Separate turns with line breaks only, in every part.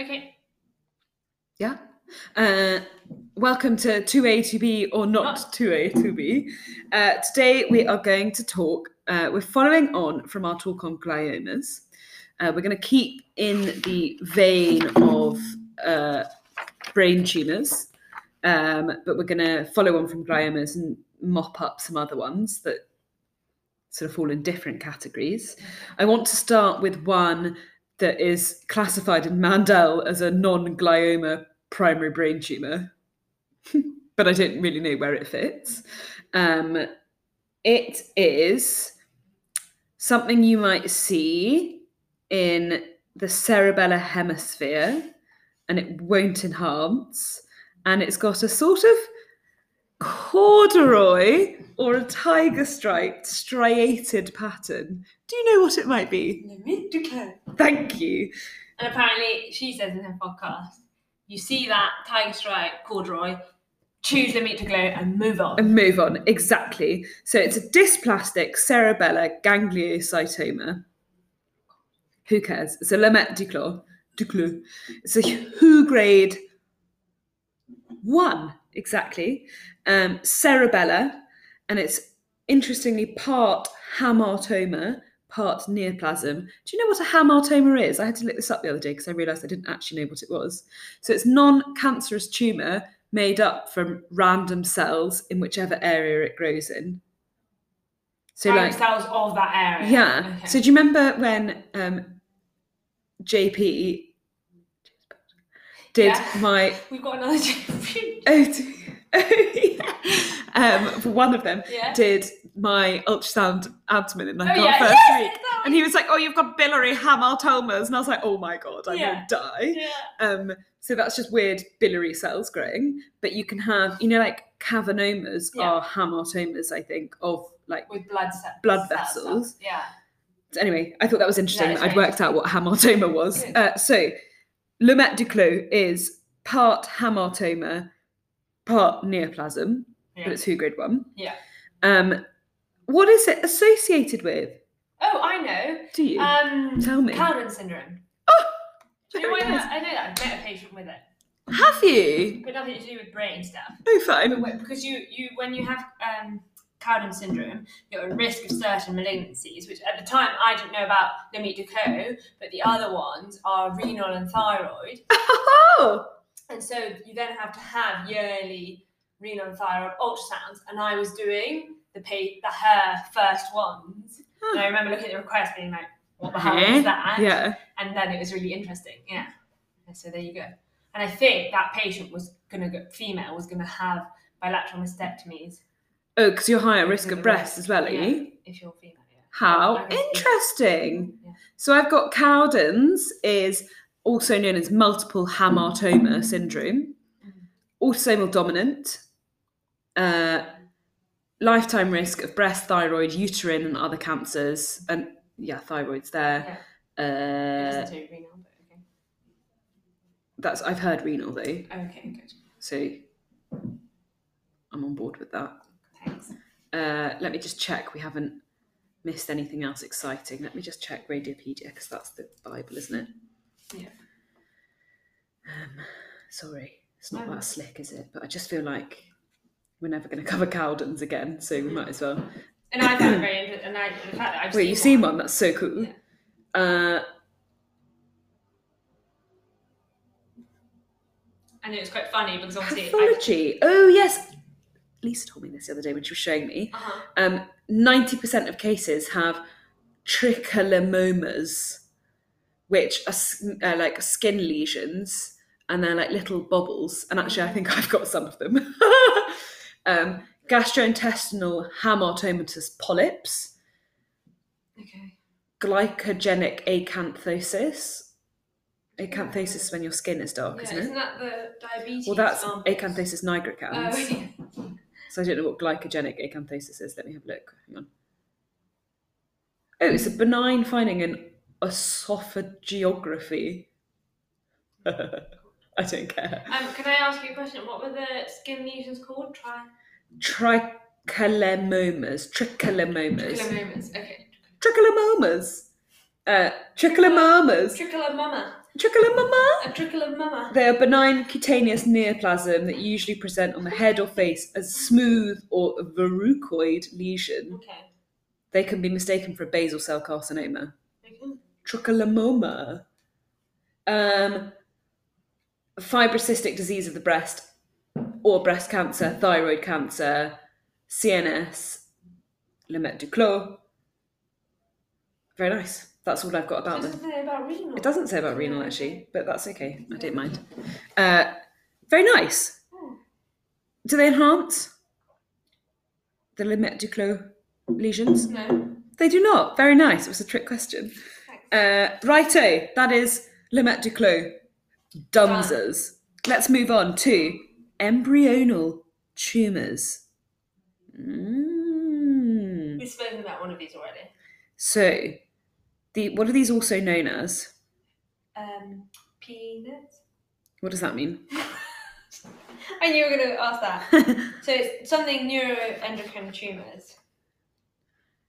Okay.
Yeah. Uh, welcome to 2A, 2B, or not 2A, 2B. Uh, today we are going to talk, uh, we're following on from our talk on gliomas. Uh, we're going to keep in the vein of uh, brain tumours, um, but we're going to follow on from gliomas and mop up some other ones that sort of fall in different categories. I want to start with one that is classified in Mandel as a non glioma primary brain tumour, but I don't really know where it fits. Um, it is something you might see in the cerebellar hemisphere and it won't enhance. And it's got a sort of corduroy or a tiger striped striated pattern. Do you know what it might be?
Le mythe du cœur.
Thank you.
And apparently, she says in her podcast, you see that tiger stripe corduroy, choose the meat to glow and move on.
And move on. Exactly. So it's a dysplastic cerebellar gangliocytoma. Who cares? It's a Lamette Duclos. Duclos. It's a WHO grade one, exactly. Um, cerebellar, and it's interestingly part hamartoma, part neoplasm. Do you know what a hamartoma is? I had to look this up the other day because I realised I didn't actually know what it was. So it's non-cancerous tumour made up from random cells in whichever area it grows in. So
Parent
like
cells of that area.
yeah.
Oh, Okay.
So do you remember when um, JP did
Yeah.
my
We've got another champion.
oh, t- oh, yeah. um, for one of them
Yeah.
did my ultrasound abdomen in like
Oh,
our
yeah.
first
Yes,
week,
it's that
and he was like, "Oh, you've got biliary hamartomas," and I was like, "Oh my god, I
Yeah.
will die."
Yeah.
Um, so that's just weird biliary cells growing, but you can have, you know, like cavernomas
Yeah.
are hamartomas, I think, of like.
With blood cells.
Blood
Cell
vessels.
cells. Yeah.
Anyway, I thought that was interesting.
That is
that I'd
very
worked out what hamartoma was.
Good.
Uh, so, Lumet Duclos is part hamartoma, part neoplasm,
Yeah.
but it's WHO grade one.
Yeah.
Um, what is it associated with?
Oh, I know.
Do you?
Um,
Tell me. Oh!
Cowden syndrome. Do you know
Very
why
nice.
that? I know that. I've met a patient with it,
Have you?
but nothing to do with brain stuff.
Oh,
But
fine.
when- because you, you when you have um, Cowden syndrome, you're at risk of certain malignancies, which at the time I didn't know about Lemmy Ducot, but the other ones are renal and thyroid.
Oh,
And so you then have to have yearly renal and thyroid ultrasounds. And I was doing the, pa- the her first ones. And I remember looking at the request being like, what the hell
Huh?
is that?
yeah.
and then it was really interesting. Yeah. And so there you go. And I think that patient was gonna go female was gonna have bilateral mastectomies
Oh, because you're higher risk
Because
of
of
breast
risk,
as well, are
yeah.
you?
if you're female. Yeah.
How
Like it's-
interesting.
Yeah.
So I've got Cowden's is also known as multiple hamartoma syndrome,
Mhm.
autosomal dominant, uh, lifetime risk of breast, thyroid, uterine, and other cancers, and yeah, thyroid's there.
It
Uh,
doesn't do renal, but okay.
that's I've heard renal though,
Okay, good.
so I'm on board with that.
Thanks.
Uh, let me just check we haven't missed anything else exciting. Let me just check Radiopedia because that's the Bible, isn't it?
Yeah.
Um, sorry, it's not
No.
that slick, is it? But I just feel like we're never going to cover Cowden's again, so we might as well.
And I found it very interesting and I the fact that I've
Wait, you've seen one? That's so cool.
Yeah.
Uh,
and it was quite funny because obviously I,
pathology. Oh, yes. Lisa told me this the other day when she was showing me.
uh-huh.
um, 90% of cases have tricholomomas, which are, s- are like skin lesions and they're like little bubbles. And actually, I think I've got some of them. um, gastrointestinal hamartomatous polyps,
Okay.
glycogenic acanthosis. Acanthosis is when your skin is dark,
Yeah,
isn't
isn't,
it?
that the diabetes?
well, that's
arm-
acanthosis
Oh,
nigricans.
yeah.
So I don't know what glycogenic acanthosis is. Let me have a look. Hang on. Oh, it's a benign finding in esophageography. I don't care.
Um, can I ask you a question? What were the skin lesions called? Try
Tricholomomas. Tricholomomas.
tricholomomas. Okay.
Tricholomomas. Uh, tricholomomas.
Tricholomomas.
Trichotillomoma.
A trickle of mama.
They're benign cutaneous neoplasm that usually present on the head or face as smooth or verrucoid lesion.
Okay.
They can be mistaken for a basal cell carcinoma.
Okay.
Trichotillomoma. Um, fibrocystic disease of the breast or breast cancer, thyroid cancer, CNS, Lemaitre Duclos. Very nice. That's all I've got about them.
Doesn't say about renal.
It doesn't say about renal actually, but that's okay. I don't mind. Uh, very nice.
Oh.
Do they enhance the Lemaitre Duclos lesions?
No.
They do not. Very nice. It was a trick question.
Thanks.
Uh, righto, that is Lemaitre Duclos. Dunzers. Let's move on to embryonal tumours. Mm.
We've spoken about one of these already.
So, the what are these also known as?
Um, peanuts.
What does that mean?
I knew you were going to ask that. So it's something neuroendocrine tumours.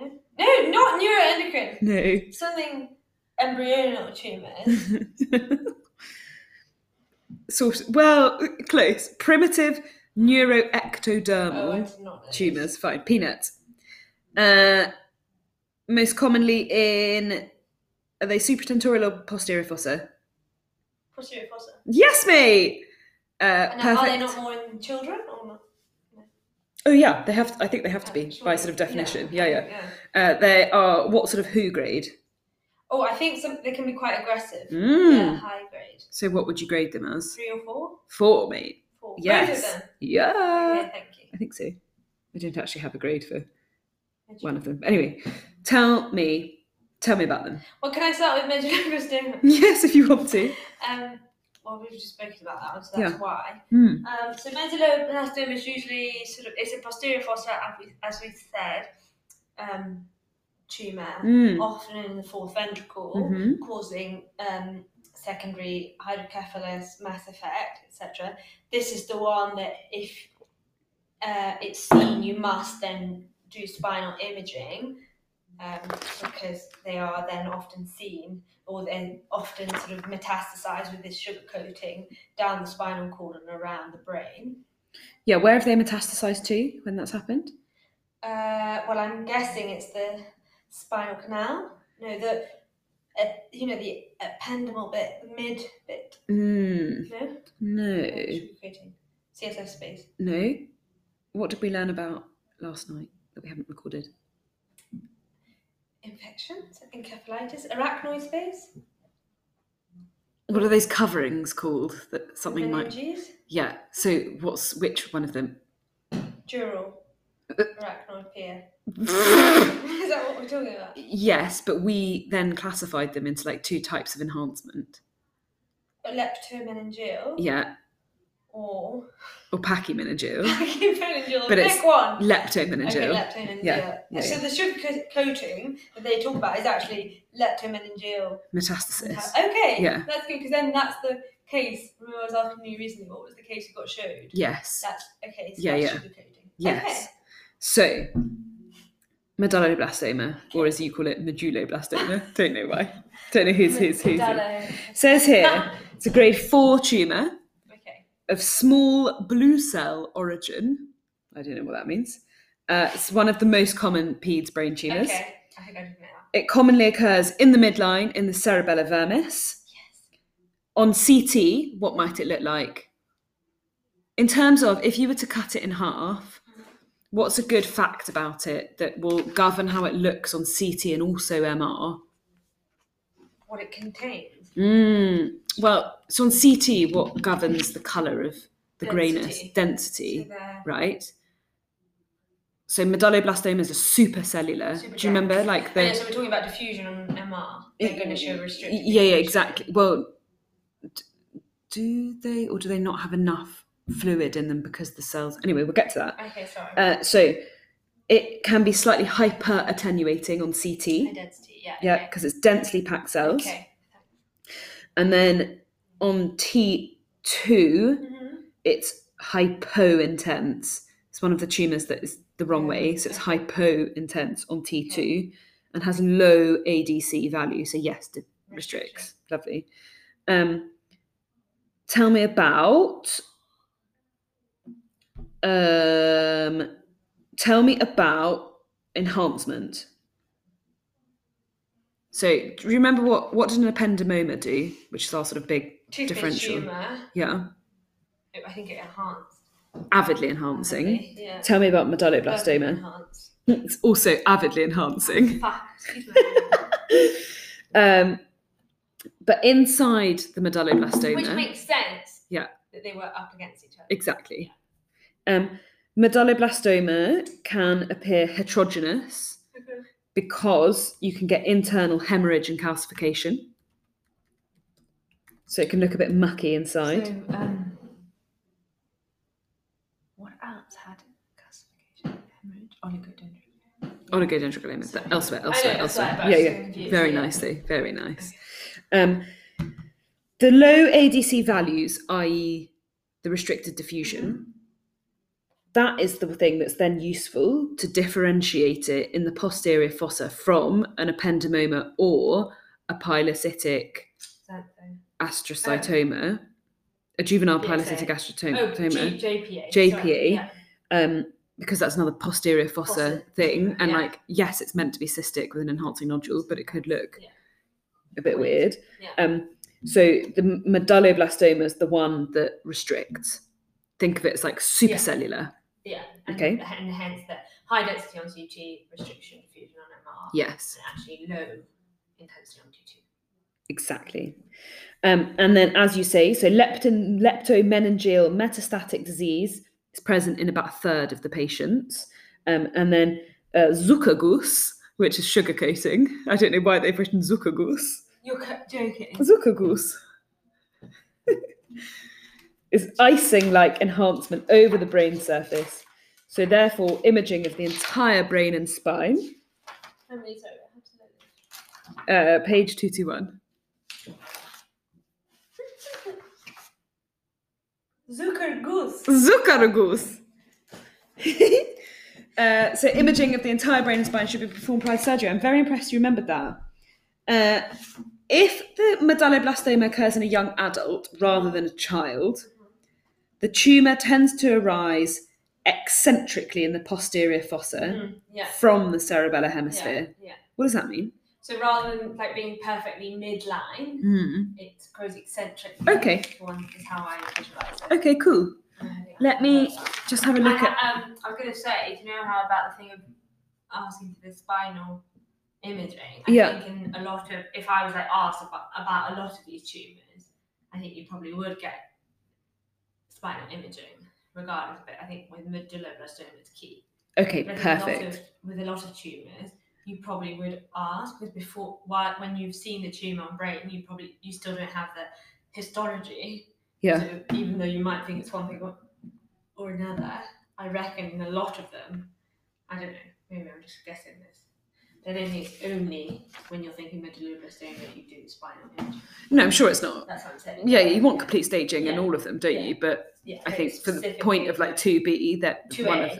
No? No, not neuroendocrine.
no.
Something embryonal tumours.
sort of, well, close. Primitive
oh, I
neuroectodermal
did not know.
tumours. Fine. Peanuts. Uh, most commonly in are they supratentorial or posterior fossa?
Posterior fossa.
Yes, mate. Uh,
And
perfect.
are they not more in children or not?
oh yeah, they have. I think they have to be by sort of definition. Yeah, yeah. Uh, they are what sort of who grade?
Oh, I think some, they can be quite aggressive.
Mm.
Yeah, high grade.
So what would you grade them as?
Three or four?
Four, mate.
Four.
Yes.
Both of them.
Yeah.
Okay, thank you.
I think so. I don't actually have a grade for
Did you-
one of them. Anyway, tell me, tell me about them.
Well, can I start with major Christina?
Yes, if you want to.
Um, well, we've just spoken about that, one, so that's
Yeah.
why.
Hmm.
Um, so medulloblastoma is usually sort of it's a posterior fossa, as we, as we said, um, tumor,
Mm.
often in the fourth ventricle,
Mhm.
causing um, secondary hydrocephalus, mass effect, etc. This is the one that if uh, it's seen, you must then do spinal imaging um, because they are then often seen or then often sort of metastasize with this sugar coating down the spinal cord and around the brain.
Yeah, where have they metastasized to when that's happened?
Uh, well, I'm guessing it's the spinal canal. No, the uh, you know the ependymal bit, the mid bit.
Mm.
No,
No,
sugar coating, CSF space.
no. What did we learn about last night that we haven't recorded?
Infections, encephalitis, arachnoid space,
What are those coverings called that something might?
meninges,
Yeah. So what's which one of them?
dural, arachnoid pier. Is that what we're talking about?
yes, but we then classified them into like two types of enhancement.
Leptomeningeal
Yeah,
or
or pachymeningeal,
meningeal.
But
Pick
it's-
one. Okay,
leptomeningeal.
leptomeningeal.
Yeah, yeah,
so
yeah.
the sugar co- coating that they talk about is actually leptomeningeal.
metastasis.
Uh, Okay,
Yeah.
that's good because then that's the case. Remember, I was asking you recently what was the case you got showed.
Yes.
That's okay. So
Yeah,
that's
yeah.
sugar coating.
Yes. So, medulloblastoma, or as you call it, medulloblastoma. Don't know why. Don't know who's
Okay.
who's who's. who.
Medullo.
Says here it's a grade four tumour
Okay.
of small blue cell origin. I don't know what that means. Uh, it's one of the most common peds brain tumours.
Okay. I think I did now.
It commonly occurs in the midline in the cerebellar vermis.
Yes.
on CT, what might it look like? In terms of if you were to cut it in half, what's a good fact about it that will govern how it looks on CT and also MR?
What it contains.
Mm. Well, so on CT, what governs the colour of the greyness?
Density. So
Density,
there.
right? So medulloblastoma is a supercellular.
Super
Do you remember,
dense.
like
Yeah,
the?
so we're talking about diffusion on MR. They're going to show restricted.
Yeah, yeah,
diffusion.
exactly. Well, d- do they or do they not have enough fluid in them because the cells? Anyway, we'll get to that.
Okay, sorry.
Uh, so it can be slightly hyper attenuating on CT,
Identity. Yeah.
yeah, because it's densely packed cells,
Okay. okay.
and then on T two
Mm-hmm.
it's hypo intense. It's one of the tumors that is the wrong way, so it's hypo intense on T two, and has low ADC value. So yes, d- restricts. Lovely. Um, tell me about. Um, tell me about enhancement. So, do you remember what what did an ependymoma do, which is our sort of big
Toothpaste
Differential.
humour,
yeah,
I think it enhanced.
avidly enhancing.
Yeah.
Tell me about
Perfectly
medulloblastoma.
Enhanced.
It's also avidly enhancing.
Fuck, excuse me.
Um, but inside the medulloblastoma,
Which makes sense.
Yeah.
That they were up against each other.
exactly. Um, medulloblastoma can appear heterogeneous
Mhm.
because you can get internal hemorrhage and calcification. So it can look a bit mucky inside.
So, um, what else had calcification, hemorrhage, oligodendron?
oligodendroglioma,
Sorry.
but elsewhere,
I know,
elsewhere,
that's
elsewhere.
right, but I
yeah,
was
yeah,
so confused,
very
yeah.
nice though, very nice. Um, the low ADC values, i.e., the restricted
Mm-hmm.
diffusion, that is the thing that's then useful to differentiate it in the posterior fossa from an ependymoma or a pilocytic
Something.
astrocytoma, a juvenile
Oh. Yeah, so-
pilocytic
Oh,
astrocytoma
G- JPA.
JPA.
sorry, yeah.
um, because that's another posterior fossa
Fossa,
thing. And
yeah.
like, yes, it's meant to be cystic with an enhancing nodule, but it could look
Yeah.
a bit
Weird.
weird.
Yeah.
Um, so the medulloblastoma is the one that restricts. Think of it as like supercellular.
Yeah. And,
Okay.
And hence the high density on T2 restriction diffusion on MR.
Yes,
And actually low intensity on T2.
exactly. Um, and then, as you say, so leptin, leptomeningeal metastatic disease is present in about a third of the patients. Um, and then uh, zuckerguss, which is sugar coating. I don't know why they've written zuckerguss.
You're co- joking.
Zuckerguss is icing like enhancement over the brain surface. So, therefore, imaging of the entire brain and spine,
I'm really sorry. I have to look.
uh, page 221.
Zucker goose.
Zuckerguss! uh, so, imaging of the entire brain and spine should be performed prior to surgery. I'm very impressed you remembered that. Uh, if the medulloblastoma occurs in a young adult rather than a child, the tumour tends to arise eccentrically in the posterior fossa
Mm, yeah.
from the cerebellar
Yeah.
hemisphere.
yeah.
What does that mean?
So rather than like being perfectly midline, it grows eccentric.
Okay.
One is how I visualize it.
Okay, cool. Let me
I,
just have a look at.
ha- um, I was gonna say, do you know how about the thing of asking for the spinal imaging? I
Yeah.
think in a lot of, if I was like asked about, about a lot of these tumors, I think you probably would get spinal imaging regardless. But I think with medulloblastoma, it's key.
Okay,
But I think a lot
perfect.
of- With a lot of tumors, you probably would ask because before, while, when you've seen the tumor on brain, you probably you still don't have the histology.
Yeah.
So even though you might think it's one thing or, or another, I reckon in a lot of them, I don't know. Maybe I'm just guessing this. But I don't think it's only when you're thinking medulloblastoma that you do the spinal image.
No, I'm sure it's not.
That's what I'm saying.
Yeah, you want complete staging in
Yeah.
all of them, don't
Yeah.
you? But
Yeah,
I think for the
specifically
point of like
for
two B, that
two
one
A.
of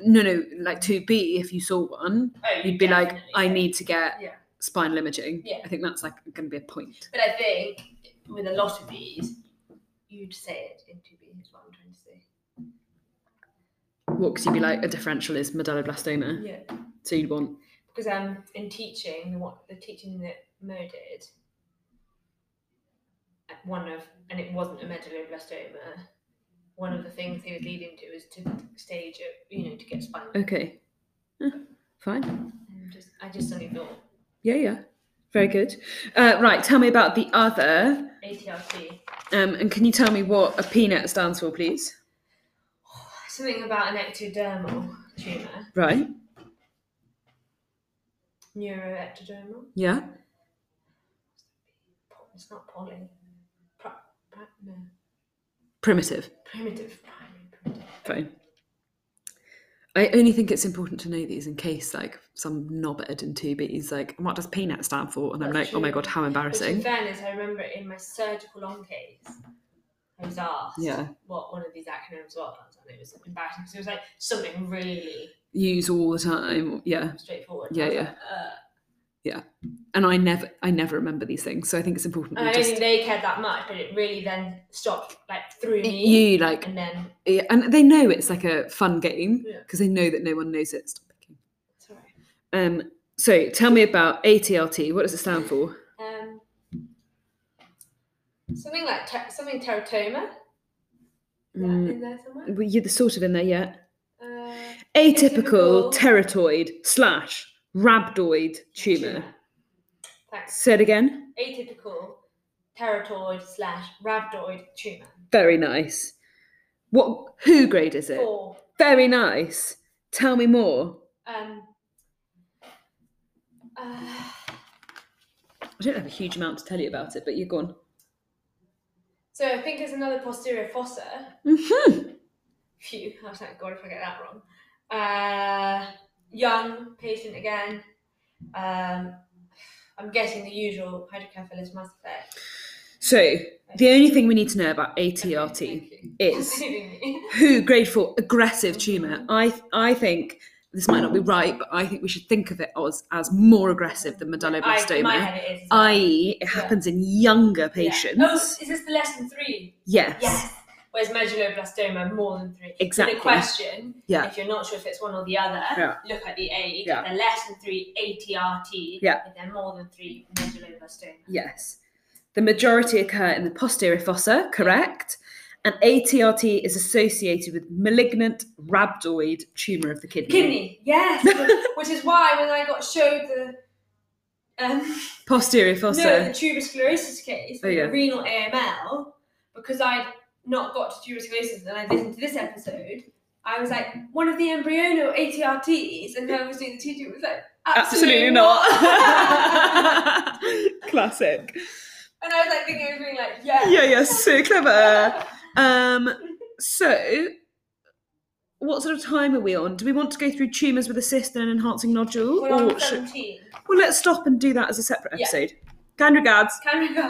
no, no, like two B. If you saw one,
Oh, you
you'd be like,
definitely
I
say-
need to get
Yeah.
spinal imaging.
Yeah.
I think that's like going to be a point.
But I think with a lot of these, you'd say it in 2B is what I'm trying to say.
What could you be like? A differential is medulloblastoma,
Yeah.
so you'd want
Because um, in teaching, what the teaching that Mo did, uh, one of, and it wasn't a medulloblastoma, one of the things he was leading to is to stage it, you know, to get
Mm.
spinal.
Okay. Eh, fine.
And Just, I just suddenly thought,
Yeah, yeah. Very good. Uh, right, tell me about the other.
ATRT,
Um, and can you tell me what a peanut stands for, please?
something about an ectodermal tumour,
Right.
neuroectodermal.
Yeah.
It's not poly. Pra, pra, no.
Primitive.
Primitive, primary, primitive.
Fine. I only think it's important to know these in case, like, some knobhead in 2B is like, what does peanut stand for? And I'm
That's
like, oh my
true.
god, how
Which, in
embarrassing.
fairness, I remember in my surgical long case, I was asked
Yeah.
what one of these acronyms was, and it was embarrassing because it was like something really
Use all the time. Yeah.
straightforward.
Yeah,
I was
yeah.
like, uh,
And I never, I never remember these things, so I think it's important.
And I
we
don't
just,
think they cared that much, but it really then stopped like through me.
you like
And then
Yeah, and they know it's like a fun game
Yeah.
because they know that no one knows it. Stop picking.
sorry.
Um, so tell me about ATLT. What does it stand for?
Um, something like ter- something teratoma. Is that
Mm,
in there somewhere?
well, you're the sort of in there yet.
Uh,
Atypical
Atypical-
teratoid slash rhabdoid tumor.
tumour. Thanks.
Said again.
Atypical teratoid slash rhabdoid tumor.
Very nice. What? Who grade is it?
Four.
Very nice. Tell me more.
Um, uh,
I don't have a huge amount to tell you about it, but you're gone.
so I think there's another posterior fossa.
hmm
Phew, I was like, God, if I get that wrong. Uh, young patient again. Um, I'm guessing the usual hydrocephalus mass effect.
So the only thing we need to know about ATRT. is-
is.
who grade four aggressive tumor i i think this might not be right but i think we should think of it as as more aggressive than
I, my
medulloblastoma
head it is. as well.
i.e it happens in younger
Yeah.
patients
Oh, is this the lesson three?
yes.
Yes. Whereas medulloblastoma, more than three.
Exactly.
The question,
Yeah.
if you're not sure if it's one or the other,
Yeah.
look at the age.
Yeah.
If they're less than three, ATRT.
Yeah.
If they're more than three, medulloblastoma.
yes the majority occur in the posterior fossa correct and ATRT is associated with malignant rhabdoid tumor of the kidney,
Kidney, yes. which is why when I got showed the. Um,
posterior fossa.
No, the tuberous sclerosis case,
Oh,
with
yeah.
the renal AML, because I'd not got to tuberous sclerosis and I listened to this episode, I was like, one of the embryono ATRTs, and I was doing the teacher was like,
Absolutely not. Classic.
and I was like thinking, I was being like, yeah.
Yeah, yeah, so clever. Um, so, what sort of time are we on? Do we want to go through tumours with a cyst and an enhancing nodule?
We're on
or should-
17.
well, let's stop and do that as a separate
Yeah.
episode. Kind regards.
Can we go?